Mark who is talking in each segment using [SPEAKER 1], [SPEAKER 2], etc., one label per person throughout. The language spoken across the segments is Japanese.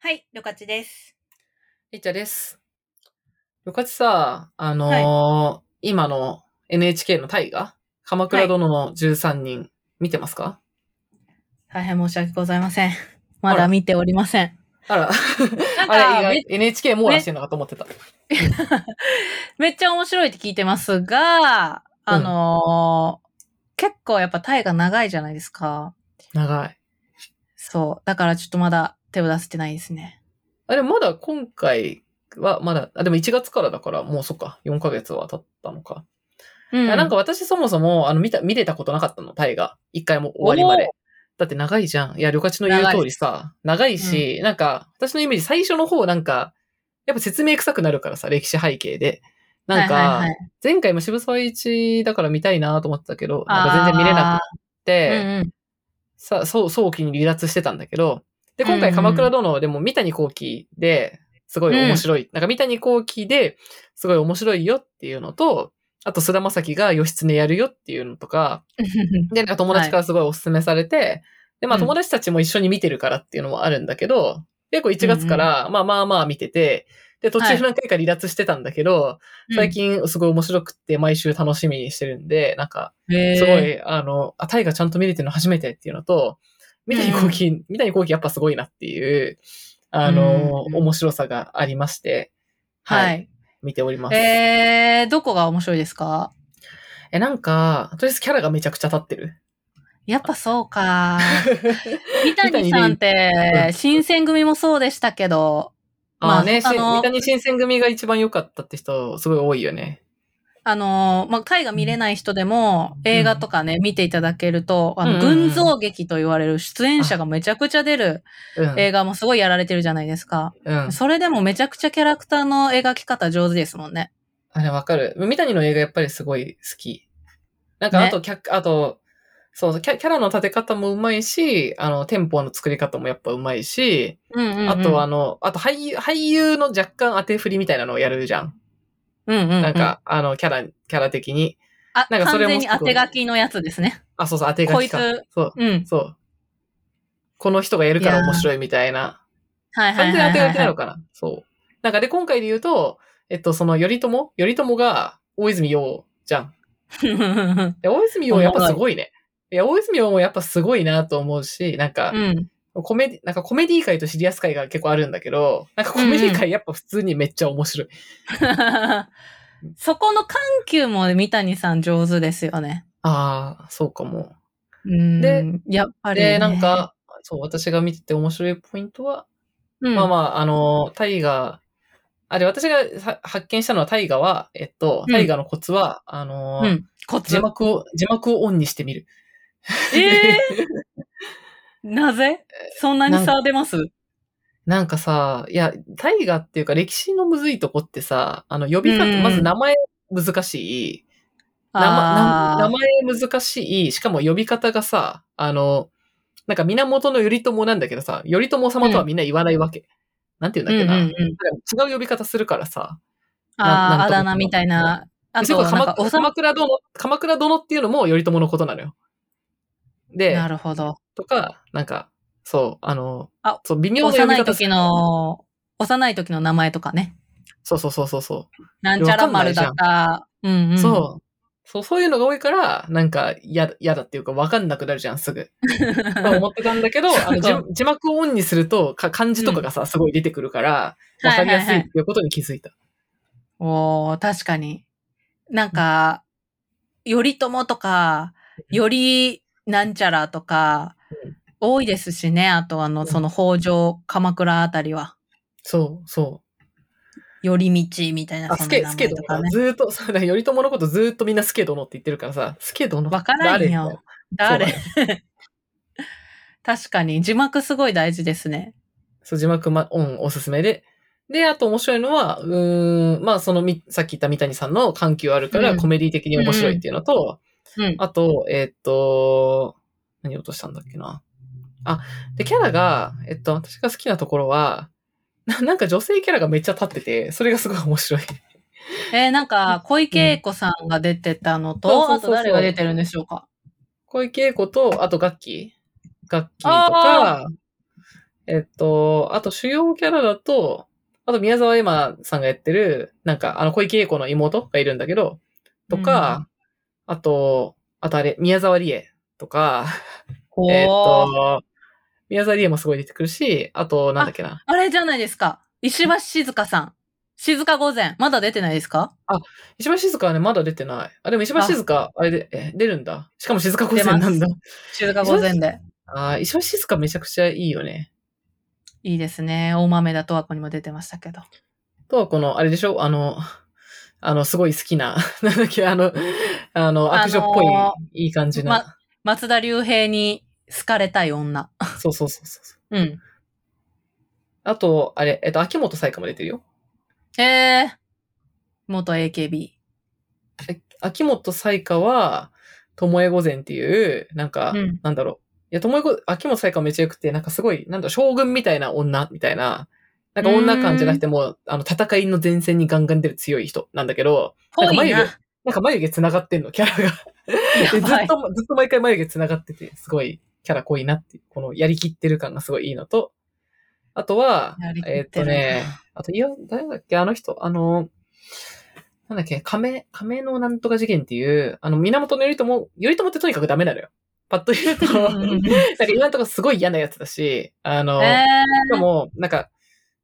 [SPEAKER 1] はい、ロカチです。
[SPEAKER 2] りっちゃです。よかちさ、あのー今の NHK の大河、鎌倉殿の13人、見てますか
[SPEAKER 1] 大変申し訳ございませ ん。ま
[SPEAKER 2] あ
[SPEAKER 1] だ
[SPEAKER 2] ら
[SPEAKER 1] 見ておりません。
[SPEAKER 2] あら、
[SPEAKER 1] なん
[SPEAKER 2] あ
[SPEAKER 1] か
[SPEAKER 2] れ
[SPEAKER 1] め
[SPEAKER 2] 意外、NHK 網羅してんのかと思ってた。
[SPEAKER 1] めっちゃ面白いって聞いてますが、あのー結構やっぱタイが長いじゃないですか。
[SPEAKER 2] 長い。
[SPEAKER 1] そう。だからちょっとまだ手を出せてないですね。
[SPEAKER 2] あれ、まだ今回は、まだ、あ、でも1月からだから、もうそっか、4ヶ月は経ったのか。
[SPEAKER 1] うん
[SPEAKER 2] いやなんか私そもそも、あの、見た、見れたことなかったの、大河。一回も終わりま
[SPEAKER 1] お
[SPEAKER 2] で。だって長いじゃん。いや、旅客ちの言う通りさ、長いし、なんか、私のイメージ最初の方なんか、やっぱ説明臭くなるからさ、歴史背景で。なんか、
[SPEAKER 1] はいはいはい
[SPEAKER 2] 前回も渋沢栄一だから見たいなと思ってたけど、なんか全然見れなくって、
[SPEAKER 1] うん
[SPEAKER 2] さ、そう、早期に離脱してたんだけど、で、今
[SPEAKER 1] うんう
[SPEAKER 2] 回
[SPEAKER 1] ん
[SPEAKER 2] 鎌倉殿でも三谷幸喜で、すごい面白い。なんか三谷幸喜で、すごい面白いよっていうのと、あと菅田将暉が義経やるよっていうのとか、
[SPEAKER 1] うん。
[SPEAKER 2] で、なんか友達からすごいお勧めされて、で、ま
[SPEAKER 1] う
[SPEAKER 2] あ
[SPEAKER 1] ん
[SPEAKER 2] 友達たちも一緒に見てるからっていうのもあるんだけど、結構1月から、まあまあまあ見てて、で、途
[SPEAKER 1] は
[SPEAKER 2] 中
[SPEAKER 1] い
[SPEAKER 2] 何回か離脱してたんだけど、最近すごい面白くって毎週楽しみにしてるんで、なんか、
[SPEAKER 1] うん、
[SPEAKER 2] すご
[SPEAKER 1] へー。
[SPEAKER 2] い、あの、あ、タイがちゃんと見れてるの初めてっていうのと、三谷幸喜、三谷幸喜やっぱすごいなっていう、あの、
[SPEAKER 1] うん
[SPEAKER 2] 面白さがありまして、
[SPEAKER 1] は
[SPEAKER 2] はい、
[SPEAKER 1] い。
[SPEAKER 2] 見ております。
[SPEAKER 1] え
[SPEAKER 2] え
[SPEAKER 1] ー、どこが面白いですか
[SPEAKER 2] なんか、とりあえずキャラがめちゃくちゃ立ってる。
[SPEAKER 1] やっぱそう か。三谷さんっ
[SPEAKER 2] ね
[SPEAKER 1] て、新選組もそうでしたけど、まあ
[SPEAKER 2] ああね、し
[SPEAKER 1] あの
[SPEAKER 2] 三谷新選組が一番良かったって人、すごい多いよね。
[SPEAKER 1] あのーまあ、絵画見れない人でも、映画とかね、見ていただけると、あの、
[SPEAKER 2] うんうんうん
[SPEAKER 1] 群像劇と言われる出演者がめちゃくちゃ出る
[SPEAKER 2] うん。
[SPEAKER 1] 映画もすごいやられてるじゃないですか。
[SPEAKER 2] うん。
[SPEAKER 1] それでもめちゃくちゃキャラクターの描き方上手ですもんね。
[SPEAKER 2] あれわかる。三谷の映画やっぱりすごい好き。なんか、
[SPEAKER 1] ね
[SPEAKER 2] あと、客、あと、そう、キャキャラの立て方もうまいし、あの、テンポの作り方もやっぱうまいし、
[SPEAKER 1] うんうん、うん。
[SPEAKER 2] あとあ、の、あと俳優、俳優の若干当て振りみたいなのをやるじゃん。
[SPEAKER 1] うんうん、
[SPEAKER 2] なん、か、あの、キャラ、キャラ的に。
[SPEAKER 1] あ、
[SPEAKER 2] なんかそ
[SPEAKER 1] 完
[SPEAKER 2] れも
[SPEAKER 1] 全に当て書きのやつですね。
[SPEAKER 2] あ、そうそう、当て書きか。
[SPEAKER 1] こいつ
[SPEAKER 2] そう、
[SPEAKER 1] うん。
[SPEAKER 2] そう。この人がやる
[SPEAKER 1] い
[SPEAKER 2] か
[SPEAKER 1] や
[SPEAKER 2] ら
[SPEAKER 1] ー
[SPEAKER 2] 面白いみたいな。
[SPEAKER 1] はいはい
[SPEAKER 2] 完
[SPEAKER 1] はい
[SPEAKER 2] 全に
[SPEAKER 1] はい、
[SPEAKER 2] 当て書きなのかな。そう。なんかで、今回で言うと、えっと、その、頼朝頼朝が、大泉洋じゃん。で大泉洋やっぱすごいね。いや、大泉洋もやっぱすごいなと思うし、なん か、
[SPEAKER 1] うん。
[SPEAKER 2] コメディ、なんかコメディ界とシリアス界が結構あるんだけど、なんかコメディ界やっぱ普通にめっちゃ面白い。
[SPEAKER 1] そこの緩急も三谷さん上手ですよね。
[SPEAKER 2] ああ、そうかも。
[SPEAKER 1] うん。
[SPEAKER 2] で、
[SPEAKER 1] やっぱり、ね。
[SPEAKER 2] で、なん、か、そう、私が見てて面白いポイントは、
[SPEAKER 1] うん、
[SPEAKER 2] まあまあ、あの、タイガー、あれ、私がさ発見したのはタイガーは、えっと、
[SPEAKER 1] うん
[SPEAKER 2] タイガーのコツは、あの、
[SPEAKER 1] うん。コツ
[SPEAKER 2] 字。幕を、字幕をオンにしてみる。
[SPEAKER 1] えー、なぜそんなに差出ます
[SPEAKER 2] なんかさ、いや、タイガーっていうか歴史のむずいとこってさ、あの、呼び方、
[SPEAKER 1] うん
[SPEAKER 2] まず名前難しい、名
[SPEAKER 1] あ
[SPEAKER 2] ま
[SPEAKER 1] ー
[SPEAKER 2] 名前難しい、しかも呼び方がさ、あの、なんか源頼朝なんだけどさ、頼朝様とはみんな言わないわけ。なんて言うんだっけな。
[SPEAKER 1] うんうんうん、
[SPEAKER 2] なんか違う呼び方するからさ。
[SPEAKER 1] あー
[SPEAKER 2] な
[SPEAKER 1] あ
[SPEAKER 2] んとか
[SPEAKER 1] だ名みたいな。あ
[SPEAKER 2] そ
[SPEAKER 1] と、な
[SPEAKER 2] れこそ
[SPEAKER 1] んか
[SPEAKER 2] 鎌、
[SPEAKER 1] おさ
[SPEAKER 2] 鎌倉殿、鎌倉殿っていうのも頼朝のことなのよ。で、
[SPEAKER 1] なるほど。
[SPEAKER 2] とか、なんか、そう、あの、
[SPEAKER 1] あ
[SPEAKER 2] そう、微妙な呼
[SPEAKER 1] 幼
[SPEAKER 2] び
[SPEAKER 1] い
[SPEAKER 2] 方す
[SPEAKER 1] 時
[SPEAKER 2] る。
[SPEAKER 1] の、幼い時の名前とかね。
[SPEAKER 2] そうそうそうそうそ
[SPEAKER 1] なんちゃら丸だった。うんう
[SPEAKER 2] う、
[SPEAKER 1] ん。
[SPEAKER 2] そう。そう、そういうのが多いから、なんか、や、やだっていうか、わかんなくなるじゃん、すぐ。と は思ってたんだけど、あの字
[SPEAKER 1] そう
[SPEAKER 2] 字幕をオンにすると、か漢字とかがさ、すごい出てくるから、わかりやすいっていうことに気づいた。
[SPEAKER 1] おー確かに。なんか、頼朝とか、よりなんちゃらとか
[SPEAKER 2] うん、
[SPEAKER 1] 多いですしね。あと、あ
[SPEAKER 2] う
[SPEAKER 1] の、
[SPEAKER 2] ん
[SPEAKER 1] その北条、鎌倉あたりは。
[SPEAKER 2] そう、そう。
[SPEAKER 1] 寄り道みたいな、
[SPEAKER 2] あ、
[SPEAKER 1] そ
[SPEAKER 2] ス
[SPEAKER 1] んな名
[SPEAKER 2] ケ、スケ
[SPEAKER 1] 前と
[SPEAKER 2] 殿
[SPEAKER 1] か
[SPEAKER 2] か
[SPEAKER 1] ね。
[SPEAKER 2] ずーっと、 そうだから頼朝のことずーっとみんなスケ殿って言ってるからさ、スケ殿
[SPEAKER 1] わからんよ。
[SPEAKER 2] 誰
[SPEAKER 1] 誰 確かに、字幕すごい大事ですね。
[SPEAKER 2] そう、字幕ま、オンおすすめで。で、あと面白いのは、うーん、まあそのみ、さっき言った三谷さんの緩急あるか
[SPEAKER 1] う
[SPEAKER 2] ら
[SPEAKER 1] ん
[SPEAKER 2] コメディ的に面白いっていうのと、
[SPEAKER 1] うん。
[SPEAKER 2] あと、えーっと、何落としたんだっけな。あ、で、キャラが、えっと、私が好きなところは、ななんか女性キャラがめっちゃ立ってて、それがすごい面白い。
[SPEAKER 1] えーなんか、小池栄子さんが出てたのと、
[SPEAKER 2] うん
[SPEAKER 1] あと誰が出てるんでしょうか。
[SPEAKER 2] 小池栄子と、あと楽器楽器と
[SPEAKER 1] あ
[SPEAKER 2] か、えっと、あと主要キャラだと、あと宮沢エマさんがやってる、なんか、あの、小池栄子の妹がいるんだけど、とか、あと、あとあれ、宮沢りえとか、
[SPEAKER 1] ほー
[SPEAKER 2] えっと、宮沢りえもすごい出てくるし、あと、なんだっけな。
[SPEAKER 1] あれじゃないですか。石橋静香さん。静香御前。まだ出てないですか
[SPEAKER 2] 石橋静香はね、まだ出てない。あ、でも石橋静香、あれで、え、出るんだ。しかも静香御前なん
[SPEAKER 1] 出
[SPEAKER 2] だ。
[SPEAKER 1] 静香御前で。
[SPEAKER 2] あー石橋静香めちゃくちゃいいよね。
[SPEAKER 1] いいですね。大豆だとわこにも出てましたけど。
[SPEAKER 2] とはこの、あれでしょあの、あの、すごい好きな、 なんだっけ、あの、あの、悪女っぽい、
[SPEAKER 1] あの
[SPEAKER 2] いい感じの。
[SPEAKER 1] ま松田龍平に好かれたい女。
[SPEAKER 2] そうそうそうそう。
[SPEAKER 1] うん。
[SPEAKER 2] あと、あれ、えっと、秋元才加も出てるよ。
[SPEAKER 1] ええ元 AKB。
[SPEAKER 2] え秋元才加は、ともえ御前っていう、なんか、
[SPEAKER 1] うん
[SPEAKER 2] なんだろう。いや、ともえご、秋元才加めちゃよくて、なんかすごい、なんだろう、将軍みたいな女、みたいな。なんか女感じゃなくてもう、あの、戦いの前線にガンガン出る強い人なんだけど、な
[SPEAKER 1] ぽ
[SPEAKER 2] んか
[SPEAKER 1] い
[SPEAKER 2] 眉毛
[SPEAKER 1] な。、
[SPEAKER 2] なんか眉毛繋がってんの、キャラが。ず
[SPEAKER 1] や
[SPEAKER 2] っと、
[SPEAKER 1] ばい。
[SPEAKER 2] ずっと毎回眉毛繋がってて、すごいキャラ濃いなっていう、このやりきってる感がすごいいいのと、あとは
[SPEAKER 1] やり、き
[SPEAKER 2] えー
[SPEAKER 1] っ
[SPEAKER 2] っと
[SPEAKER 1] てるな
[SPEAKER 2] ね、あと、いや、誰だっけ、あの人、あの、なんだっけ、亀、亀のなんとか事件っていう、あの、源頼朝、頼朝ってとにかくダメなのよ。パッと言うと、なんか今のとこすごい嫌なやつだし、あの、
[SPEAKER 1] ええ
[SPEAKER 2] しかも、なんか、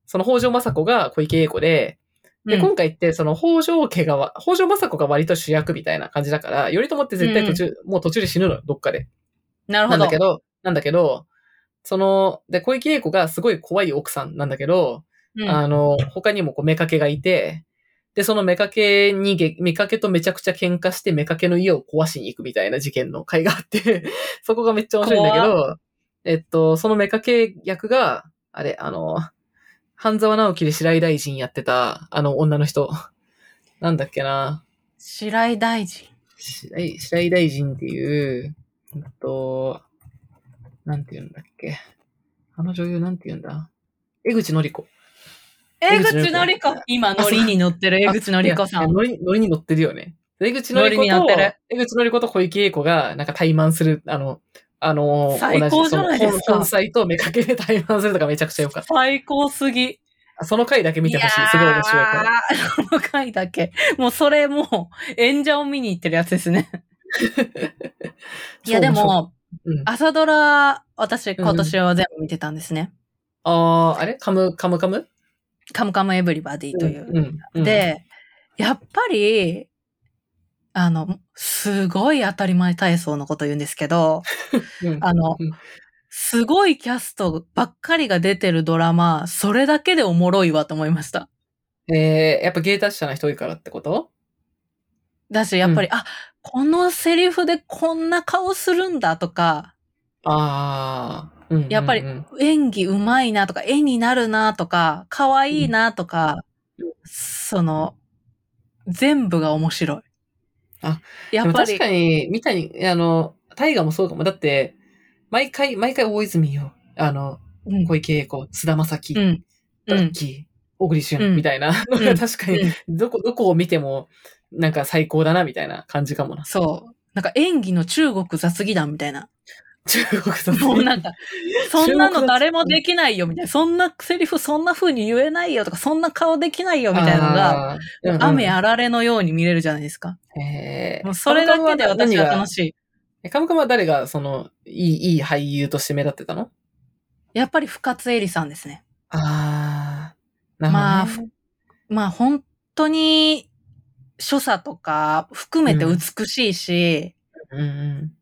[SPEAKER 2] その北条政子が小池栄子で、で、
[SPEAKER 1] うん
[SPEAKER 2] 今回って、その、北条家がわ、北条政子が割と主役みたいな感じだから、頼朝って絶対途中、もう途中で死ぬのよ、どっかで。
[SPEAKER 1] なるほ
[SPEAKER 2] なん
[SPEAKER 1] ど。
[SPEAKER 2] だけど、なんだけど、その、で、小池栄子がすごい怖い奥さんなんだけど、
[SPEAKER 1] うん
[SPEAKER 2] あの、他にもこう、妾がいて、で、その妾にげ、妾とめちゃくちゃ喧嘩して、妾の家を壊しに行くみたいな事件の回があって、 そこがめっちゃ面白いんだけど、えっと、その妾役が、あれ、あの、半沢直樹で白井大臣やってた、あの、女の人。なんだっけな。
[SPEAKER 1] 白井大臣。
[SPEAKER 2] 白井、白井大臣っていう、えっと、なんて言うんだっけ。あの女優なんて言うんだ江口のり子。江
[SPEAKER 1] 江
[SPEAKER 2] 口のり子
[SPEAKER 1] 口のりこ。今、ノリに乗ってる江口のりこさ
[SPEAKER 2] あい
[SPEAKER 1] ん
[SPEAKER 2] や。乗り乗りに乗ってるよね。江口の
[SPEAKER 1] 乗
[SPEAKER 2] り子
[SPEAKER 1] りに乗っ
[SPEAKER 2] と
[SPEAKER 1] てる、
[SPEAKER 2] 江口のり子と小池栄子が、なんか怠慢する、あの、あのー、
[SPEAKER 1] 最高じゃないですか
[SPEAKER 2] 同じその本妻と目かけで怠慢するとかめちゃくちゃ良かっ
[SPEAKER 1] 最高すぎ。
[SPEAKER 2] た。その回だけ見てほしい。すごい面白いから。
[SPEAKER 1] ら。この回だけ。もうそれもう演者を見に行ってるやつです ね。いや
[SPEAKER 2] そ
[SPEAKER 1] で
[SPEAKER 2] う面白
[SPEAKER 1] も、
[SPEAKER 2] うん、あ
[SPEAKER 1] 朝ドラ、私今年は全部見てたんですね。
[SPEAKER 2] あー、あれカム、カムカム
[SPEAKER 1] カムカムエヴリバディという。
[SPEAKER 2] んうん、
[SPEAKER 1] で、やっぱり、あの、すごい当たり前体操のこと言うんですけど、
[SPEAKER 2] うん、
[SPEAKER 1] あの
[SPEAKER 2] うん、
[SPEAKER 1] すごいキャストばっかりが出てるドラマ、それだけでおもろいわと思いました。
[SPEAKER 2] えー、やっぱ芸達者な人多いからってこと
[SPEAKER 1] だし、やっぱり、あ、このセリフでこんな顔するんだとか、
[SPEAKER 2] ああ、うんうんうん
[SPEAKER 1] やっぱり
[SPEAKER 2] うん
[SPEAKER 1] 演技うまいなとか、絵になるなとか、可愛いなとか、その、全部が面白い。
[SPEAKER 2] あ、
[SPEAKER 1] やっぱ
[SPEAKER 2] でも確
[SPEAKER 1] り
[SPEAKER 2] か、に、みたいに、あの、大河もそうかも。だって、毎回、毎回大泉よ。あの、
[SPEAKER 1] うん
[SPEAKER 2] 小池栄子、菅田将暉、
[SPEAKER 1] うん。
[SPEAKER 2] ド
[SPEAKER 1] う
[SPEAKER 2] ラッ
[SPEAKER 1] ん。
[SPEAKER 2] キー、小栗旬、
[SPEAKER 1] うん
[SPEAKER 2] みたいなの
[SPEAKER 1] う
[SPEAKER 2] が
[SPEAKER 1] ん
[SPEAKER 2] 確かに、どこ、どこを見ても、なんか最高だな、みたいな感じかもな。
[SPEAKER 1] そう。なんか演技の中国雑技団みたいな。
[SPEAKER 2] 中国 さ
[SPEAKER 1] もうなんか、そんな
[SPEAKER 2] 中国雑技
[SPEAKER 1] の誰もできないよみたいな。そんなセリフそんな風に言えないよとか、そんな顔できないよみたいなのが、、
[SPEAKER 2] あーうんうん
[SPEAKER 1] 雨あられのように見れるじゃないですか。
[SPEAKER 2] へー
[SPEAKER 1] もうそれだけで私は
[SPEAKER 2] カムカムは何
[SPEAKER 1] 楽
[SPEAKER 2] が
[SPEAKER 1] しい。
[SPEAKER 2] えカムカムは誰が、その、いい、いい俳優として目立ってたの
[SPEAKER 1] やっぱり深津絵里さんですね。
[SPEAKER 2] ああ、な
[SPEAKER 1] まあ
[SPEAKER 2] るほどね
[SPEAKER 1] まあ本当に、所作とか含めて美しいし、
[SPEAKER 2] うんう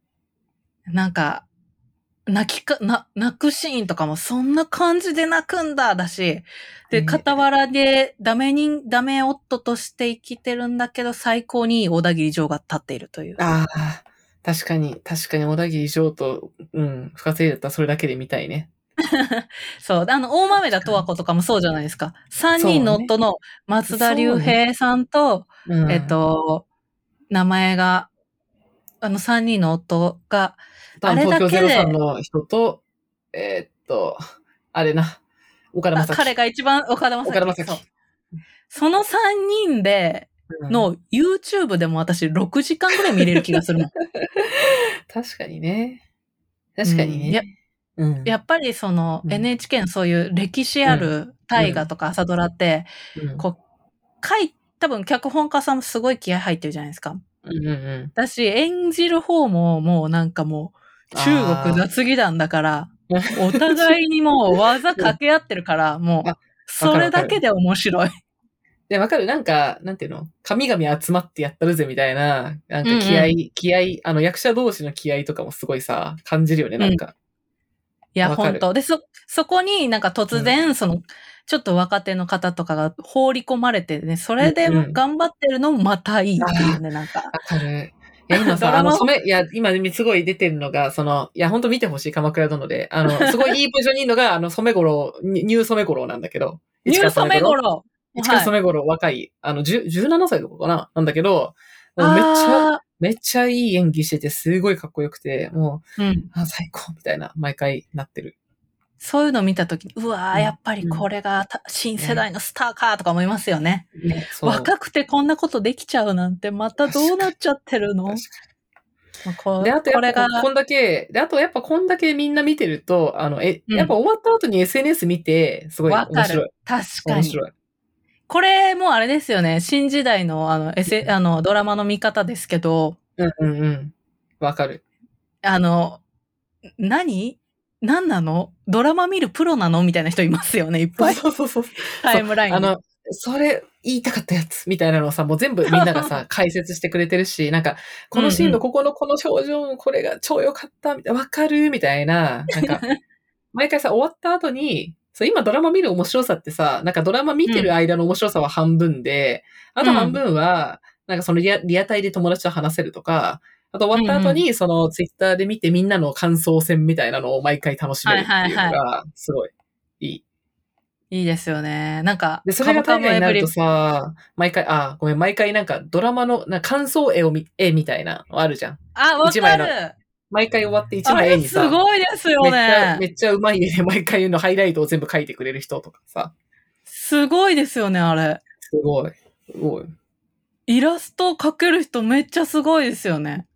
[SPEAKER 2] ん。
[SPEAKER 1] なんか、泣きか、な、泣くシーンとかもそんな感じで泣くんだ、だし。
[SPEAKER 2] え
[SPEAKER 1] で、
[SPEAKER 2] ー
[SPEAKER 1] 傍らでダメ人、ダメ夫として生きてるんだけど、最高にいい小田切城が立っているという。
[SPEAKER 2] ああ、確かに、確かに小田切城と、うん、深津絵里だったらそれだけで見たいね。
[SPEAKER 1] そう。あの、大豆田十和子とかもそうじゃないですか。三人の夫の松田
[SPEAKER 2] そう
[SPEAKER 1] 龍
[SPEAKER 2] ね
[SPEAKER 1] 平さんと、
[SPEAKER 2] うん
[SPEAKER 1] えっ、と、名前が、あの三人の夫が、
[SPEAKER 2] 多分
[SPEAKER 1] あれだけで
[SPEAKER 2] 東京03の人と、えーっと、あれな、岡田
[SPEAKER 1] あ
[SPEAKER 2] 正樹。
[SPEAKER 1] 彼が一番岡田将生
[SPEAKER 2] 岡田将生
[SPEAKER 1] そうその三人で、
[SPEAKER 2] うん
[SPEAKER 1] の YouTube でも私6時 間ぐらい見れる気がするもん。
[SPEAKER 2] 確かにね。確か
[SPEAKER 1] うん
[SPEAKER 2] にね。
[SPEAKER 1] いや
[SPEAKER 2] うん。
[SPEAKER 1] やっぱりその
[SPEAKER 2] うん
[SPEAKER 1] NHK のそういう歴史ある大河とか朝ドラって、
[SPEAKER 2] うん
[SPEAKER 1] こう、書い、多分脚本家さんもすごい気合入ってるじゃないですか。
[SPEAKER 2] うんうん
[SPEAKER 1] だし、演じる方ももうなんかもう、中国雑技団だから
[SPEAKER 2] あ、
[SPEAKER 1] お互いにもう技掛け合ってるから、もう
[SPEAKER 2] あ、
[SPEAKER 1] それだけで面白い。
[SPEAKER 2] で、わかるなんか、なんていうの神々集まってやったるぜみたいな、なんか気合、
[SPEAKER 1] うん
[SPEAKER 2] 気合、あの役者同士の気合とかもすごいさ、感じるよね、なんか。
[SPEAKER 1] いや、
[SPEAKER 2] わかる
[SPEAKER 1] 本当で、そ、そこになんか突然、その、ちょっと若手の方とかが放り込まれてね、それで
[SPEAKER 2] うんうん
[SPEAKER 1] 頑張ってるのもまたいいっていうね、なんか。
[SPEAKER 2] わかる。いや、今
[SPEAKER 1] ド
[SPEAKER 2] さ、
[SPEAKER 1] ラ
[SPEAKER 2] あ
[SPEAKER 1] マ
[SPEAKER 2] の、染め、いや、今すごい出てるのが、その、いや、ほんと見てほしい、鎌倉殿で。あの、 すごいいいポジションにいるのが、あの、染五郎、ニニュー染五郎なんだけど。
[SPEAKER 1] ニューソメゴロ
[SPEAKER 2] 一川染五郎、若い、あの、10 17歳とかかななんだけど、もうめっちゃ、
[SPEAKER 1] ゃ。
[SPEAKER 2] めっちゃいい演技してて、すごいかっこよくて、もう、
[SPEAKER 1] うん。
[SPEAKER 2] あ、最高みたいな、毎回なってる。
[SPEAKER 1] そういうの見たとき、うわ
[SPEAKER 2] う
[SPEAKER 1] ー、
[SPEAKER 2] ん
[SPEAKER 1] やっぱりこれがた新世代のスターかとか思いますよね。
[SPEAKER 2] ね、そう。
[SPEAKER 1] 若くてこんなことできちゃうなんて、またどうなっちゃってるの
[SPEAKER 2] 確かに
[SPEAKER 1] こ
[SPEAKER 2] で、あとや
[SPEAKER 1] これ
[SPEAKER 2] っ
[SPEAKER 1] が
[SPEAKER 2] ぱ、こんだけ、で、あとやっぱこんだけみんな見てると、あの、え、
[SPEAKER 1] うん
[SPEAKER 2] やっぱ終わった後に SNS 見て、すごい
[SPEAKER 1] わ
[SPEAKER 2] 面
[SPEAKER 1] か
[SPEAKER 2] 白い
[SPEAKER 1] る。。確か
[SPEAKER 2] 面
[SPEAKER 1] に。
[SPEAKER 2] 白い。
[SPEAKER 1] これもあれですよね。新時代のあの、エセ、あの、ドラマの見方ですけど、
[SPEAKER 2] うんうんうん。わかる。
[SPEAKER 1] あの、何何なのドラマ見るプロなのみたいな人いますよね、いっぱい。
[SPEAKER 2] そうそうそう。
[SPEAKER 1] タイムラインに。
[SPEAKER 2] あの、それ言いたかったやつみたいなのをさ、もう全部みんながさ、解説してくれてるし、なんか、このシーン
[SPEAKER 1] うんう
[SPEAKER 2] の
[SPEAKER 1] ん
[SPEAKER 2] ここのこの表情、これが超良かった、みたいな、わかるみたいな、な んか、毎回さ、終わった後に、そう、今ドラマ見る面白さってさ、なんかドラマ見てる間の面白さは半分で、あと半分は、なんかそのリアリアタイで友達と話せるとか、あと終わった後に、そのツイッターで見てみんなの感想戦みたいなのを毎回楽しめるっていうの
[SPEAKER 1] はいは
[SPEAKER 2] が、すごいいい。
[SPEAKER 1] いいですよね。なんか、
[SPEAKER 2] で、それが
[SPEAKER 1] カ
[SPEAKER 2] 大
[SPEAKER 1] ムカムエ
[SPEAKER 2] 概にな
[SPEAKER 1] ブ
[SPEAKER 2] る
[SPEAKER 1] リ
[SPEAKER 2] とさ、毎回、あ、ごめん、毎回なんかドラマの、なんか感想絵をみ、絵みたいなのあるじゃん。
[SPEAKER 1] あ、わ
[SPEAKER 2] 一
[SPEAKER 1] か
[SPEAKER 2] 枚の
[SPEAKER 1] る。
[SPEAKER 2] 毎回終わって一
[SPEAKER 1] あ
[SPEAKER 2] 枚絵
[SPEAKER 1] れ
[SPEAKER 2] に
[SPEAKER 1] す
[SPEAKER 2] さ、
[SPEAKER 1] ごいですよ
[SPEAKER 2] めっちゃ、
[SPEAKER 1] ね。
[SPEAKER 2] めっちゃうまい絵で毎回のハイライトを全部描いてくれる人とかさ、
[SPEAKER 1] すごいですよね、あれ。
[SPEAKER 2] すごい、すごい。
[SPEAKER 1] イラスト描ける人めっちゃすごいですよね。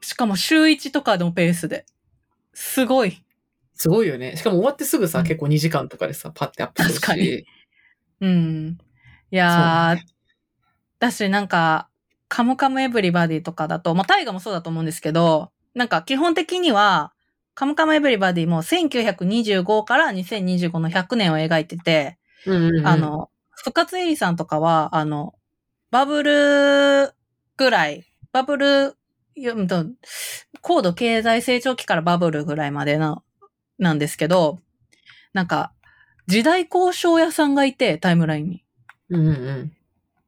[SPEAKER 1] しかも週1とかのペースで。すごい。
[SPEAKER 2] すごいよね。しかも終わってすぐさ、
[SPEAKER 1] うん
[SPEAKER 2] 結構2時間とかでさ、パッてアップするし。
[SPEAKER 1] 確かにうん。いやー、だしなんか、カムカムエブリバディとかだと、まあ、大河もそうだと思うんですけど、なんか基本的には、カムカムエブリバディも1925から2025の100年を描いてて、
[SPEAKER 2] うんうんうん
[SPEAKER 1] あ、の、深津絵里さんとかは、あの、バブルぐらい、バブル、うんと高度経済成長期からバブルぐらいまでの、なんですけど、なんか、時代交渉屋さんがいて、タイムラインに。
[SPEAKER 2] うんうんうん。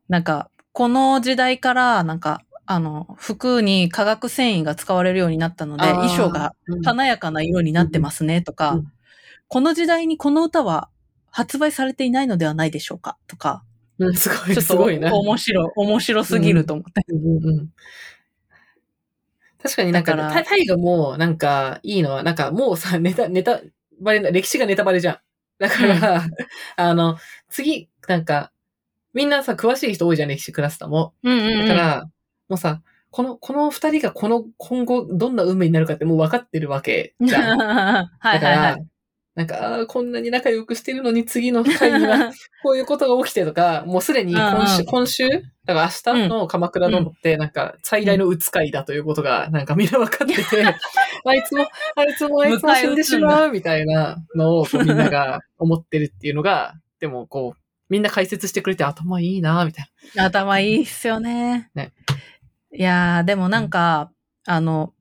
[SPEAKER 1] なんか、この時代から、なんか、あの、服に化学繊維が使われるようになったので、
[SPEAKER 2] あー
[SPEAKER 1] 衣装が
[SPEAKER 2] うん
[SPEAKER 1] 華やかな色になってますね、とか、
[SPEAKER 2] うん
[SPEAKER 1] この時代にこの歌は発売されていないのではないでしょうか、とか、
[SPEAKER 2] うん、すごい、
[SPEAKER 1] ちょっ
[SPEAKER 2] す
[SPEAKER 1] と
[SPEAKER 2] ごいな。
[SPEAKER 1] 面白い、面白すぎると思って。
[SPEAKER 2] うんうんうん確かになんか、
[SPEAKER 1] だから
[SPEAKER 2] タタイがもうなんかいいのは、なんかもうさ、ネタ、ネタバレな、歴史がネタバレじゃん。だから、 あの、次、なんか、みんなさ、詳しい人多いじゃん、歴史クラスターも。
[SPEAKER 1] うんうんうん
[SPEAKER 2] だ から、もうさ、この、この二人がこの、今後、どんな運命になるかってもう分かってるわけじゃん。
[SPEAKER 1] はい
[SPEAKER 2] だか
[SPEAKER 1] はいは
[SPEAKER 2] ら
[SPEAKER 1] い。、
[SPEAKER 2] なんか、あーこんなに仲良くしてるのに次の回には、こういうことが起きてとか、もうすでに今
[SPEAKER 1] うんう
[SPEAKER 2] 週、
[SPEAKER 1] ん
[SPEAKER 2] 今週だから明日の鎌倉殿って、なんか、最大の打つ会だということが、なんかみんな分かっ てて、あいつも、あいつも、あいつも死んでしまうみたいなのを、こうみんなが思ってるっていうのが、 でもこう、みんな解説してくれて頭いいなみたい
[SPEAKER 1] 頭いいっすよね。
[SPEAKER 2] ね
[SPEAKER 1] いやー、でもなんか、あの、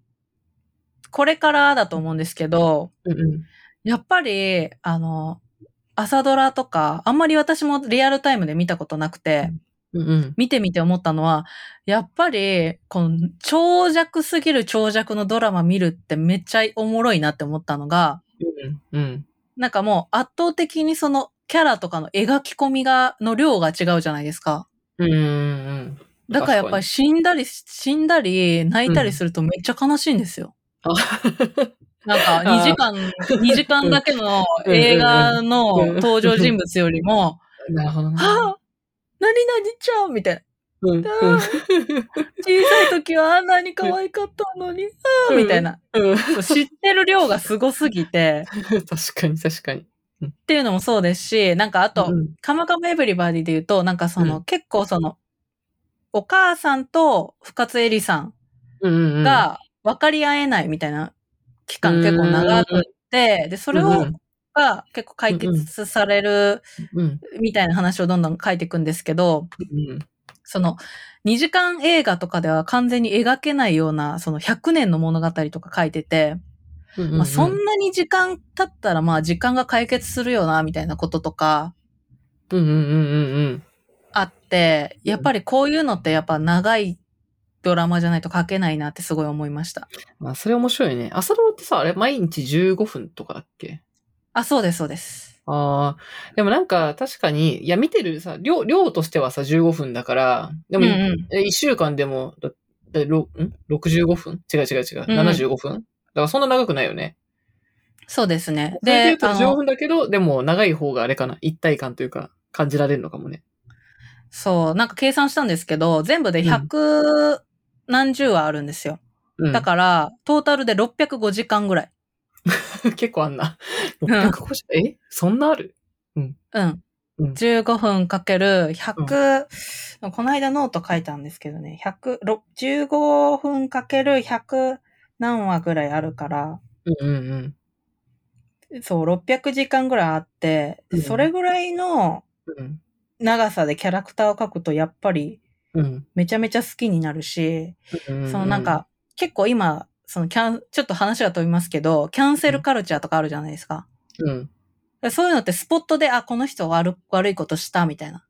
[SPEAKER 1] これからだと思うんですけど、
[SPEAKER 2] な。うんうん。
[SPEAKER 1] やっぱり、あの、朝ドラとか、あんまり私もリアルタイムで見たことなくて、
[SPEAKER 2] うんうん。
[SPEAKER 1] 見てみて思ったのは、やっぱり、この長尺すぎる長尺のドラマ見るってめっちゃおもろいなって思ったのが、
[SPEAKER 2] うんうん。
[SPEAKER 1] なんかもう圧倒的にそのキャラとかの描き込みが、の量が違うじゃないですか。
[SPEAKER 2] うんうんうん。
[SPEAKER 1] だからやっぱり死んだり、死んだり、泣いたりするとめっちゃ悲しいんですよ。
[SPEAKER 2] あ
[SPEAKER 1] なんか2時間、2時間だけの映画の登場人物よりも、
[SPEAKER 2] なるほどな。
[SPEAKER 1] はぁ何々ちゃんみたいな。
[SPEAKER 2] うん。
[SPEAKER 1] だ小さい時はあんなに可愛かったのに、あーみたいな。
[SPEAKER 2] うん。
[SPEAKER 1] そう知ってる量がすごすぎて、
[SPEAKER 2] 確かに確かに。
[SPEAKER 1] っていうのもそうですし、なんかあと、
[SPEAKER 2] うん
[SPEAKER 1] カムカムエヴリバディで言うと、なんかその、
[SPEAKER 2] う
[SPEAKER 1] 結構その、お母さんと深津絵里さん
[SPEAKER 2] うんうんうん、
[SPEAKER 1] が分かり合えないみたいな期間結構長くって、で、それ
[SPEAKER 2] うんう
[SPEAKER 1] を
[SPEAKER 2] ん、
[SPEAKER 1] が結構解決される
[SPEAKER 2] うん
[SPEAKER 1] みたいな話をどんどん書いていくんですけど、
[SPEAKER 2] うん
[SPEAKER 1] その、2時間映画とかでは完全に描けないような、その100年の物語とか書いてて、
[SPEAKER 2] うん。
[SPEAKER 1] まあそんなに時間経ったらまあ時間が解決するよな、みたいなこととか
[SPEAKER 2] うんうんうんうんうん。
[SPEAKER 1] あって、やっぱりこういうのってやっぱ長いドラマじゃないと書けないなってすごい思いました。
[SPEAKER 2] まあ、それ面白いね。朝ドラってさ、あれ、毎日15分とかだっけ
[SPEAKER 1] あ、そうです、そうです。
[SPEAKER 2] ああ、でもなんか、確かに、いや、見てるさ、量、量としてはさ、15分だから、でも、
[SPEAKER 1] うんうん
[SPEAKER 2] え1週間でも、だだろん ?65 分違う違う違う。
[SPEAKER 1] うん
[SPEAKER 2] 75分、だからそんな長くないよね。
[SPEAKER 1] そうですね。
[SPEAKER 2] で、
[SPEAKER 1] で、
[SPEAKER 2] それ
[SPEAKER 1] あ
[SPEAKER 2] で言うと15
[SPEAKER 1] の、
[SPEAKER 2] 分だけど、でも長い方があれかな、一体感というか、感じられるのかもね。
[SPEAKER 1] そう、なんか計算したんですけど、全部で100何十話あるんですよ。
[SPEAKER 2] うん。
[SPEAKER 1] だから、トータルで605時間ぐらい。
[SPEAKER 2] 結構あんな。
[SPEAKER 1] ん
[SPEAKER 2] 650、えそんなある
[SPEAKER 1] うん。
[SPEAKER 2] うん
[SPEAKER 1] 15分かける100、この間ノート書いたんですけどね、100、ろ15分かける100何話ぐらいあるから、
[SPEAKER 2] うんうんうん。
[SPEAKER 1] そう、600時間ぐらいあって、で
[SPEAKER 2] うん
[SPEAKER 1] それぐらいの
[SPEAKER 2] うん。
[SPEAKER 1] 長さでキャラクターを書くとやっぱり
[SPEAKER 2] うん。
[SPEAKER 1] めちゃめちゃ好きになるし、
[SPEAKER 2] うん
[SPEAKER 1] そのなん、か、結構今、そのキャン、ちょっと話が飛びますけど、キャンセルカルチャーとかあるじゃないですか。
[SPEAKER 2] うん。
[SPEAKER 1] でそういうのってスポットで、あ、この人悪悪いことしたみたいな。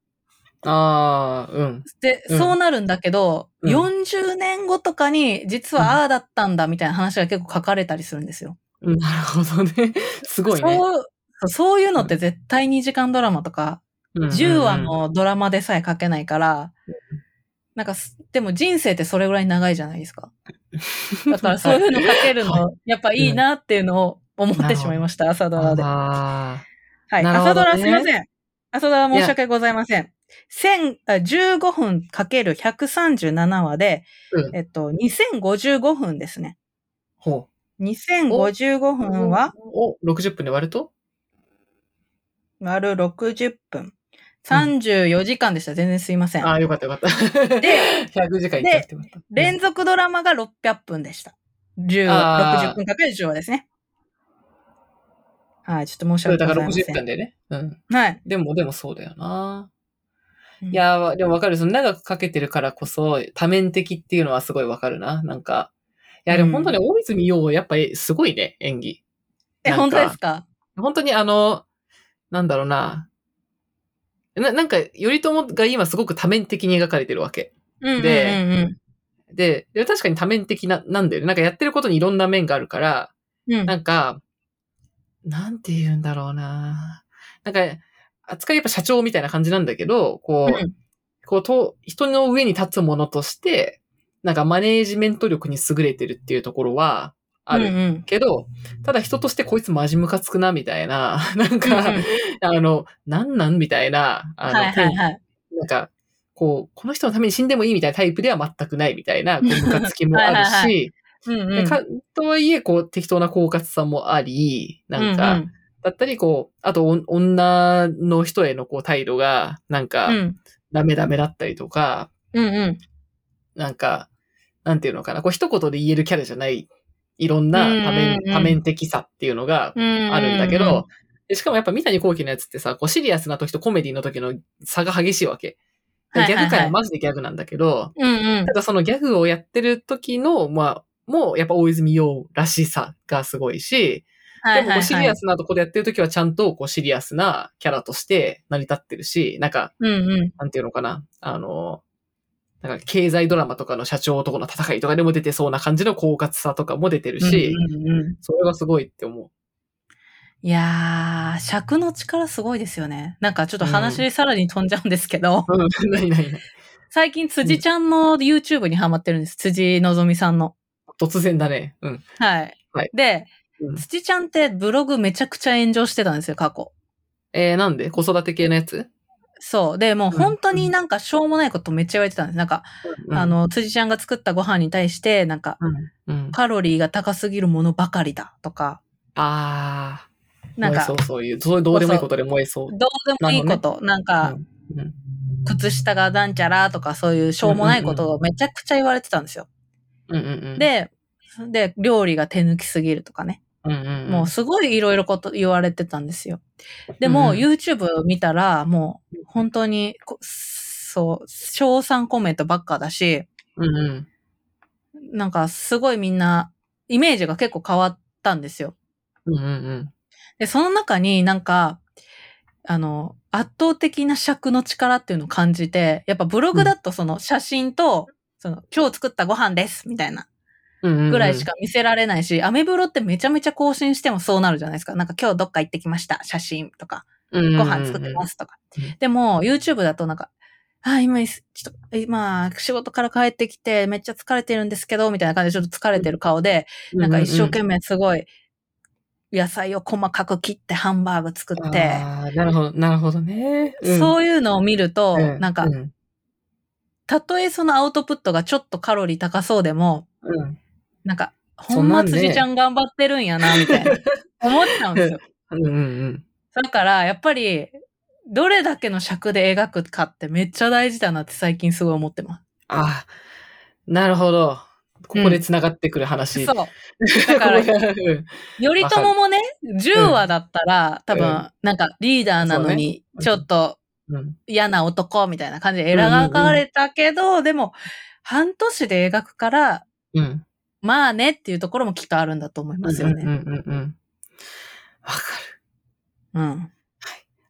[SPEAKER 2] ああ、うん。
[SPEAKER 1] で、
[SPEAKER 2] うん
[SPEAKER 1] そうなるんだけど、
[SPEAKER 2] うん
[SPEAKER 1] 40年後とかに、実はああだったんだみたいな話が結構書かれたりするんですよ。
[SPEAKER 2] うんなるほどね。 すごいね。
[SPEAKER 1] そうそう、そういうのって絶対2時間ドラマとか、
[SPEAKER 2] うんうんうん
[SPEAKER 1] 10話のドラマでさえ書けないから、なんかす、でも人生ってそれぐらい長いじゃないです か。だからそういうの書けるの、やっぱいいなっていうのを思ってしまいました、朝ドラで。は
[SPEAKER 2] あ
[SPEAKER 1] い。
[SPEAKER 2] なるほ
[SPEAKER 1] 朝
[SPEAKER 2] ど
[SPEAKER 1] ド
[SPEAKER 2] ね
[SPEAKER 1] ラすいません。朝ドラ申し訳ございません。千あ15分かける137話で、
[SPEAKER 2] ーうん。
[SPEAKER 1] えっと、2055分ですね。
[SPEAKER 2] ほ
[SPEAKER 1] 2055
[SPEAKER 2] う。
[SPEAKER 1] 分は
[SPEAKER 2] お、60分で割ると
[SPEAKER 1] 丸60分。34時間でした。全然すいません。
[SPEAKER 2] ああ、よかったよかった。
[SPEAKER 1] で、
[SPEAKER 2] 100時間いっちゃってよかった。
[SPEAKER 1] 連続ドラマが600分でした。10
[SPEAKER 2] あ
[SPEAKER 1] 話、
[SPEAKER 2] ー
[SPEAKER 1] 60分かける10話ですね。はい、ちょっと申し
[SPEAKER 2] そう
[SPEAKER 1] 訳
[SPEAKER 2] だ
[SPEAKER 1] ござ
[SPEAKER 2] か
[SPEAKER 1] い
[SPEAKER 2] ら
[SPEAKER 1] ませ
[SPEAKER 2] 60
[SPEAKER 1] ん
[SPEAKER 2] 分。でね。うん。
[SPEAKER 1] はい。
[SPEAKER 2] でも、でもそうだよな。
[SPEAKER 1] うん
[SPEAKER 2] いやー、でもわかる。その長くかけてるからこそ、多面的っていうのはすごいわかるな。なんか。いや、でも本当に大泉洋、やっぱりすごいね、演技。
[SPEAKER 1] え、
[SPEAKER 2] なん
[SPEAKER 1] 本
[SPEAKER 2] か
[SPEAKER 1] 当ですか
[SPEAKER 2] 本当にあの、なんだろうな。な、なんか、頼朝が今すごく多面的に描かれてるわけ。
[SPEAKER 1] うんうん
[SPEAKER 2] で
[SPEAKER 1] うん
[SPEAKER 2] で、で確かに多面的な、なんだよね。なんかやってることにいろんな面があるから、
[SPEAKER 1] うん。うん
[SPEAKER 2] なんか、なんて言うんだろうな。なんか、扱いやっぱ社長みたいな感じなんだけど、こう、
[SPEAKER 1] うん
[SPEAKER 2] こうと、人の上に立つものとして、なんかマネージメント力に優れてるっていうところはあ
[SPEAKER 1] う
[SPEAKER 2] る
[SPEAKER 1] んうん
[SPEAKER 2] けど、ただ人としてこいつマジムカつくな、みたいな、 なん
[SPEAKER 1] うんうん
[SPEAKER 2] か、あの、なんなんみたいな、あの、
[SPEAKER 1] はいはいはい。
[SPEAKER 2] なんか、こう、この人のために死んでもいいみたいなタイプでは全くないみたいな、こ う、ムカつきもある
[SPEAKER 1] はいはいは
[SPEAKER 2] し、
[SPEAKER 1] うんうん
[SPEAKER 2] でかとはいえ、こう、適当な狡猾さもあり、なんか、
[SPEAKER 1] うん
[SPEAKER 2] だったり、こう、あと、お女の人へのこう、態度が、なんか、
[SPEAKER 1] うん
[SPEAKER 2] ダメダメだったりとか、
[SPEAKER 1] うんうん。
[SPEAKER 2] なんか、なんていうのかな、こう、一言で言えるキャラじゃない、いろんな多
[SPEAKER 1] うん
[SPEAKER 2] 面
[SPEAKER 1] うん、うん
[SPEAKER 2] 多面的さっていうのが、あ
[SPEAKER 1] あ
[SPEAKER 2] るんだけど、、でしかもやっぱ三谷幸喜のやつってさ、こうシリアスな時とコメディの時の差が激しいわけ。で
[SPEAKER 1] はい
[SPEAKER 2] ギ
[SPEAKER 1] はいはい
[SPEAKER 2] ャグ界はマジでギャグなんだけど、
[SPEAKER 1] うんうん
[SPEAKER 2] た。だそのギャグをやってる時の、まあ、もうやっぱ大泉洋らしさがすごいし、
[SPEAKER 1] は
[SPEAKER 2] で
[SPEAKER 1] い
[SPEAKER 2] も
[SPEAKER 1] は
[SPEAKER 2] こう
[SPEAKER 1] い
[SPEAKER 2] シ
[SPEAKER 1] は
[SPEAKER 2] リ
[SPEAKER 1] い
[SPEAKER 2] ア。スなとこでやってる時はちゃんとこうシリアスなキャラとして成り立ってるし、なんか、
[SPEAKER 1] うんうん。
[SPEAKER 2] なんていうのかな、あの、なんか経済ドラマとかの社長とこの戦いとかでも出てそうな感じの狡猾さとかも出てるし、
[SPEAKER 1] うんうんうん
[SPEAKER 2] それがすごいって思う。
[SPEAKER 1] いやー、尺の力すごいですよね。なんかちょっと話さらに飛んじゃうんですけど、
[SPEAKER 2] うん、ないないない。
[SPEAKER 1] 最近辻ちゃんの YouTube にハマってるんです。辻のぞみさんの。
[SPEAKER 2] 突然だね。うん。
[SPEAKER 1] はい。
[SPEAKER 2] はい
[SPEAKER 1] で、
[SPEAKER 2] うん
[SPEAKER 1] 辻ちゃんってブログめちゃくちゃ炎上してたんですよ、過去。
[SPEAKER 2] えー、なんで子育て系のやつ
[SPEAKER 1] そう。で、もう本当になんかしょうもないことめっちゃ言われてたんです。なんか、
[SPEAKER 2] うん
[SPEAKER 1] あ、の、辻ちゃんが作ったご飯に対して、なんか、
[SPEAKER 2] うん。うん、
[SPEAKER 1] カロリーが高すぎるものばかりだとか、
[SPEAKER 2] ああ、
[SPEAKER 1] なん
[SPEAKER 2] 燃え
[SPEAKER 1] か
[SPEAKER 2] そ、うそういう、そういうどうでもいいことで燃えそう。
[SPEAKER 1] どうでもいいこと、なんか、
[SPEAKER 2] うんうん
[SPEAKER 1] 靴下がなんちゃらとかそういうしょうもないことをめちゃくちゃ言われてたんですよ。
[SPEAKER 2] うんうんうん、
[SPEAKER 1] で、で、料理が手抜きすぎるとかね。
[SPEAKER 2] うんうんうん、
[SPEAKER 1] もうすごいいろいろこと言われてたんですよ。でも、
[SPEAKER 2] うん
[SPEAKER 1] YouTube 見たら、もう本当にこ、そう、賞賛コメントばっかだし、
[SPEAKER 2] うんうん、
[SPEAKER 1] なんかすごいみんな、イメージが結構変わったんですよ。
[SPEAKER 2] うんうんうん。
[SPEAKER 1] で、その中になんか、あの、圧倒的な尺の力っていうのを感じて、やっぱブログだとその写真と、その今日作ったご飯ですみたいな
[SPEAKER 2] うんうんうん
[SPEAKER 1] ぐらいし。か見せられないし、アメブロってめちゃめちゃ更新してもそうなるじゃないですか。なんか今日どっか行ってきました、写真とか、
[SPEAKER 2] ご。
[SPEAKER 1] ご飯作ってますすとか。
[SPEAKER 2] うん
[SPEAKER 1] でも YouTube だとなんか、あ、今いす、ちょっと、今、仕事から帰ってきて、めっちゃ疲れてるんですけど、みたいな感じでちょっと疲れてる顔で、なんか一生懸命すごい、野菜を細かく切ってハンバーグ作
[SPEAKER 2] うんうん
[SPEAKER 1] って、
[SPEAKER 2] あーなるほど、なるほどね。
[SPEAKER 1] そういうのを見ると、
[SPEAKER 2] うん
[SPEAKER 1] なんか
[SPEAKER 2] う、ん
[SPEAKER 1] たとえそのアウトプットがちょっとカロリー高そうでも、
[SPEAKER 2] うん
[SPEAKER 1] なんか、ほ
[SPEAKER 2] そ
[SPEAKER 1] ん
[SPEAKER 2] んな
[SPEAKER 1] ま
[SPEAKER 2] んね
[SPEAKER 1] 辻ちゃん頑張ってるんやな、みたい な、思っちゃうんですよ。
[SPEAKER 2] うんうん
[SPEAKER 1] だから、やっぱり、どれだけの尺で描くかってめっちゃ大事だなって最近すごい思ってます。
[SPEAKER 2] ああ、なるほど。ここで繋がってくる話。
[SPEAKER 1] そう。だから
[SPEAKER 2] ここがうん
[SPEAKER 1] 頼朝もね、10話だったら、多
[SPEAKER 2] う
[SPEAKER 1] 分、なんかリーダーなのに、
[SPEAKER 2] そうね
[SPEAKER 1] ちょっと
[SPEAKER 2] うん
[SPEAKER 1] 嫌な男みたいな感じで描かれたけど、でも、半年で描くから、
[SPEAKER 2] うん。
[SPEAKER 1] まあねっていうところもきっとあるんだと思いますよ
[SPEAKER 2] うん
[SPEAKER 1] ね。
[SPEAKER 2] うんうんうん。わかる。
[SPEAKER 1] うん。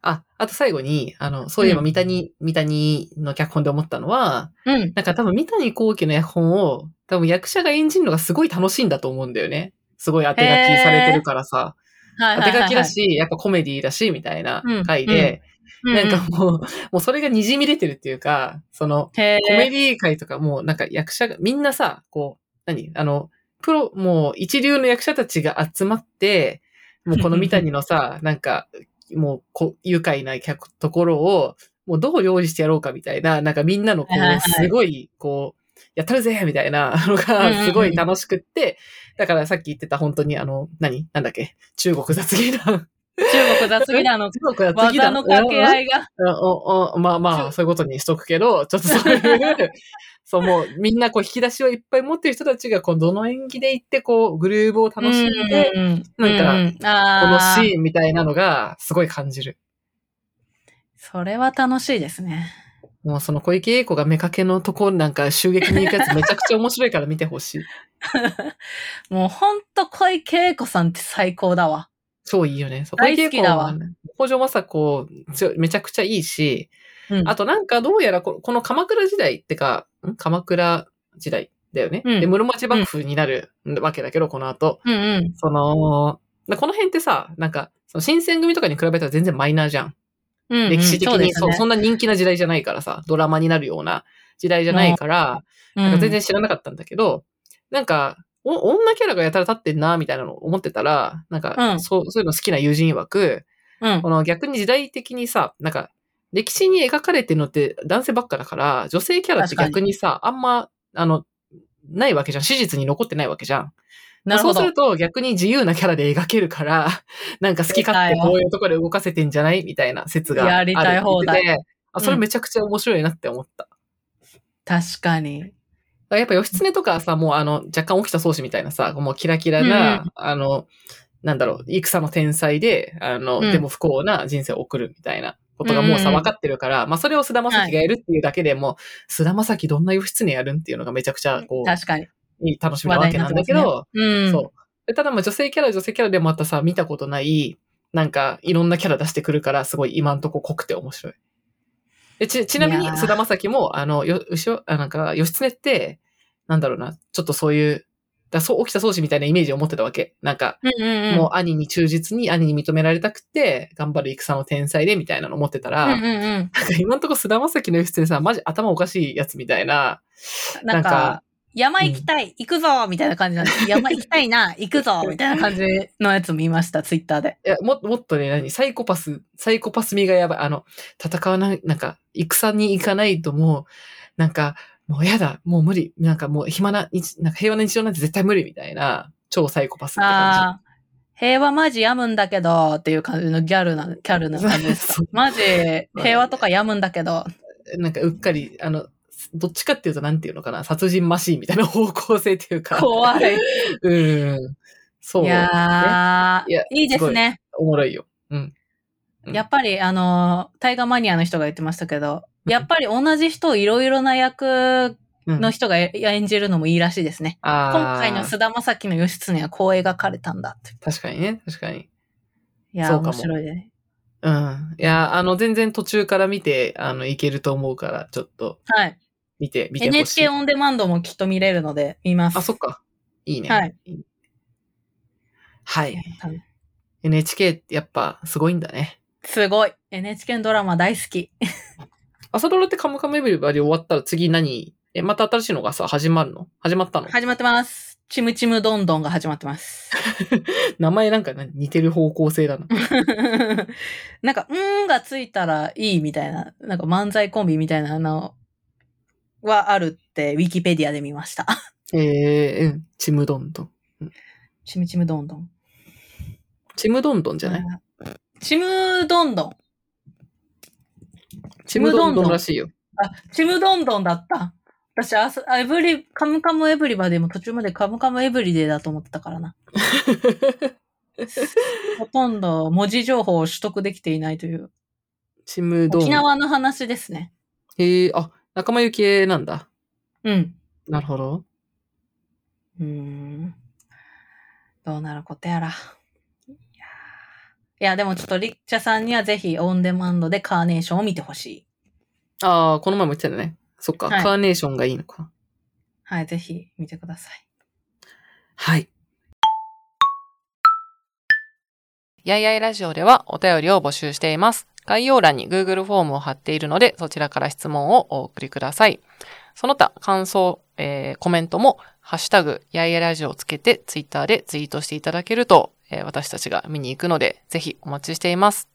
[SPEAKER 2] あ、あと最後に、あの、そういえば
[SPEAKER 1] うん
[SPEAKER 2] 三谷、三谷の脚本で思ったのは、
[SPEAKER 1] うん。
[SPEAKER 2] なんか多分三谷幸喜の脚本を、多分役者が演じるのがすごい楽しいんだと思うんだよね。すごい当て書きされてるからさ。
[SPEAKER 1] はい
[SPEAKER 2] 当
[SPEAKER 1] はいはい、は
[SPEAKER 2] て
[SPEAKER 1] い。
[SPEAKER 2] 書きだし、やっぱコメディだし、みたいな
[SPEAKER 1] うん
[SPEAKER 2] 回で、
[SPEAKER 1] うう、
[SPEAKER 2] なんかもう、もうそれが滲み出てるっていうか、その、
[SPEAKER 1] へー
[SPEAKER 2] コメディ界とかもうなんか役者が、みんなさ、こう、何あの、プロ、もう一流の役者たちが集まって、もうこの三谷の さ、なんか、もうこう、愉快な客、ところを、もうどう料理してやろうかみたいな、なんかみんなのこ、
[SPEAKER 1] はいはいう
[SPEAKER 2] すごい、こう、やったるぜみたいな のが、すごい楽しくって、だからさっき言ってた本当にあの、何なんだっけ中国雑技団。
[SPEAKER 1] 中国雑技団の
[SPEAKER 2] 中国雑技
[SPEAKER 1] 技
[SPEAKER 2] 団
[SPEAKER 1] の掛け合いが。
[SPEAKER 2] うんおおまあまあ、そういうことにしとくけど、ちょっとそ ういう、そう、もうみんなこう引き出しをいっぱい持ってる人たちが、こう、どの演技で行って、こう、グルーブを楽しんで、
[SPEAKER 1] うん
[SPEAKER 2] なんか
[SPEAKER 1] うんうん、あ
[SPEAKER 2] この
[SPEAKER 1] ー
[SPEAKER 2] シーンみたいなのが、すごい感じる。
[SPEAKER 1] それは楽しいですね。
[SPEAKER 2] もうその小池栄子が目かけのとこなんか襲撃に行くやつめちゃくちゃ面白いから見てほしい。
[SPEAKER 1] もうほんと小池栄子さんって最高だわ。
[SPEAKER 2] 超いいよね。そう小
[SPEAKER 1] 大
[SPEAKER 2] 池
[SPEAKER 1] 好
[SPEAKER 2] 栄
[SPEAKER 1] き
[SPEAKER 2] 子
[SPEAKER 1] だわ
[SPEAKER 2] は、北条政子、ちょめちゃくちゃいいし、
[SPEAKER 1] うん
[SPEAKER 2] あとなんかどうやらこ、この鎌倉時代ってか、ん鎌倉時代だよね。
[SPEAKER 1] うん
[SPEAKER 2] で、室町幕府になるわけだけど、この後。
[SPEAKER 1] うんうん。
[SPEAKER 2] その、なこの辺ってさ、なんか、その新選組とかに比べたら全然マイナーじゃん。
[SPEAKER 1] うんうん
[SPEAKER 2] 歴史的に、
[SPEAKER 1] そうです
[SPEAKER 2] そ
[SPEAKER 1] ね
[SPEAKER 2] う、そんな人気な時代じゃないからさ、ドラマになるような時代じゃないから、なんか全然知らなかったんだけど、なんか、お女キャラがやたら立ってんな、みたいなのを思ってたら、なんか、
[SPEAKER 1] うん
[SPEAKER 2] そう、そういうの好きな友人曰く、
[SPEAKER 1] うん。うん
[SPEAKER 2] この逆に時代的にさ、なんか、歴史に描かれてるのって男性ばっかだから、女性キャラって逆にさ、あんま、あの、ないわけじゃん。史実に残ってないわけじゃん。
[SPEAKER 1] なるほ
[SPEAKER 2] そうす
[SPEAKER 1] ど
[SPEAKER 2] る。と逆に自由なキャラで描けるから、 なんか好き勝手こういうところで動かせてんじゃないみたいな説がある。
[SPEAKER 1] やりたい放題
[SPEAKER 2] 言っててあ、それ
[SPEAKER 1] うん
[SPEAKER 2] めちゃくちゃ面白いなって思った。
[SPEAKER 1] 確かに。
[SPEAKER 2] だからやっぱ義経とかはさ、もうあの、若干起きた宗師みたいなさ、もうキラキラな、
[SPEAKER 1] う
[SPEAKER 2] あの、なんだろう、戦の天才で、あの、
[SPEAKER 1] うん
[SPEAKER 2] でも不幸な人生を送るみたいなことがもう
[SPEAKER 1] うんう
[SPEAKER 2] さ、
[SPEAKER 1] ん
[SPEAKER 2] 分かってるから、まあそれを菅田将暉がやるっていうだけでもう、菅田将暉どんな義経やるんっていうのがめちゃくちゃ、こ
[SPEAKER 1] 確かに。
[SPEAKER 2] う、いい楽しみなわけなんだけど、
[SPEAKER 1] 話題になってますねうん。
[SPEAKER 2] そう。でただまあ女性キャラは女性キャラでまたさ、見たことない、なんかいろんなキャラ出してくるから、すごい今んとこ濃くて面白い。でちちなみ
[SPEAKER 1] いやー
[SPEAKER 2] に、菅田将暉も、あの、よ、うしお、あなんか、義経って、なんだろうな、ちょっとそういう、だそう、起きた宗師みたいなイメージを持ってたわけ。なんか、
[SPEAKER 1] うんうんうん。
[SPEAKER 2] もう兄に忠実に、兄に認められたくて、頑張る戦の天才で、みたいなの持ってたら、
[SPEAKER 1] うんうんうん。
[SPEAKER 2] なんか今んとこ菅田将暉の義経さ、マジ頭おかしいやつみたいな、
[SPEAKER 1] なんか、山行きたい、行くぞみたいな感じなんです。 山行きたいな、行くぞみたいな感じのやつ見ました、ツイッターで。
[SPEAKER 2] いや、も、もっとね、何サイコパス、サイコパス味がやばい。あの、戦わない、なんか、戦に行かないともう、なんか、もうやだ、もう無理、なんかもう暇な、日なんか平和な日常なんて絶対無理みたいな、超サイコパスって感
[SPEAKER 1] ああー、平和マジ病むんだけど、っていう感じのギャルな、ギャルな感じですか
[SPEAKER 2] そう。
[SPEAKER 1] マジ、平和とか病むんだけど、
[SPEAKER 2] じ。なんか、うっかり、あの、どっちかっていうと、なんていうのかな、殺人マシーンみたいな方向性っていうか。
[SPEAKER 1] 怖い。い
[SPEAKER 2] うん。そう。
[SPEAKER 1] やー
[SPEAKER 2] いや
[SPEAKER 1] いいですね。
[SPEAKER 2] おもろいよ。うん
[SPEAKER 1] やっぱり、あの、大河マニアの人が言ってましたけど、やっぱり同じ人をいろいろな役
[SPEAKER 2] うん、
[SPEAKER 1] の人がえ演じるのもいいらしいですね。
[SPEAKER 2] あー
[SPEAKER 1] 今回の菅田将暉の義経はこう描かれたんだって。
[SPEAKER 2] 確かにね、確かに。
[SPEAKER 1] いや
[SPEAKER 2] そ
[SPEAKER 1] ー、
[SPEAKER 2] うか
[SPEAKER 1] 面
[SPEAKER 2] も
[SPEAKER 1] 白いね。
[SPEAKER 2] うん。いや、あの、全然途中から見て、あの、いけると思うから、ちょっと、
[SPEAKER 1] はい。
[SPEAKER 2] 見て、見てほしい。
[SPEAKER 1] NHK オンデマンドもきっと見れるので、見ます。
[SPEAKER 2] あ、そっか。いいね。
[SPEAKER 1] はい。
[SPEAKER 2] は
[SPEAKER 1] う
[SPEAKER 2] い。NHK ってやっぱ、すごいんだね。
[SPEAKER 1] すごい。NHK のドラマ大好き。
[SPEAKER 2] 朝ドラってカムカムエヴリバディ終わったら次何え、また新しいのがさ、始まるの始まったの
[SPEAKER 1] 始まってます。ちむちむどんどんが始まってます。
[SPEAKER 2] 名前なんか何似てる方向性だな。
[SPEAKER 1] なんか、うーんがついたらいいみたいな、なんか漫才コンビみたいなのはあるって、ウィキペディアで見ました。
[SPEAKER 2] えー、うん。ちむどんどん。
[SPEAKER 1] ちむちむどんどん。
[SPEAKER 2] ちむどんどんじゃない
[SPEAKER 1] ちむどんどん。
[SPEAKER 2] ちむどんどんらしいよ。
[SPEAKER 1] あ、ちむどんどんだった。私、あす、あエブリ、カムカムエブリバでも途中までカムカムエブリデーだと思ってた からな。ほとんど文字情報を取得できていないという。
[SPEAKER 2] ちむどん。
[SPEAKER 1] 沖縄の話ですね。
[SPEAKER 2] へえ、あ、仲間由紀恵なんだ。
[SPEAKER 1] うん。
[SPEAKER 2] なるほど。
[SPEAKER 1] うーんどうなることやら。いやーいや、でもちょっとリッチャさんにはぜひオンデマンドでカーネーションを見てほしい。
[SPEAKER 2] ああ、この前も言ってたね。そっか、
[SPEAKER 1] はい
[SPEAKER 2] カーネーションがいいのか。
[SPEAKER 1] はい、ぜひ見てください。
[SPEAKER 2] はい。
[SPEAKER 3] やいやいラジオではお便りを募集しています。概要欄に Google フォームを貼っているので、そちらから質問をお送りください。その他、感想、えーコメントも、ハッシュタグ、やいやいラジオをつけて、Twitter でツイートしていただけると、えー私たちが見に行くので、ぜひお待ちしています。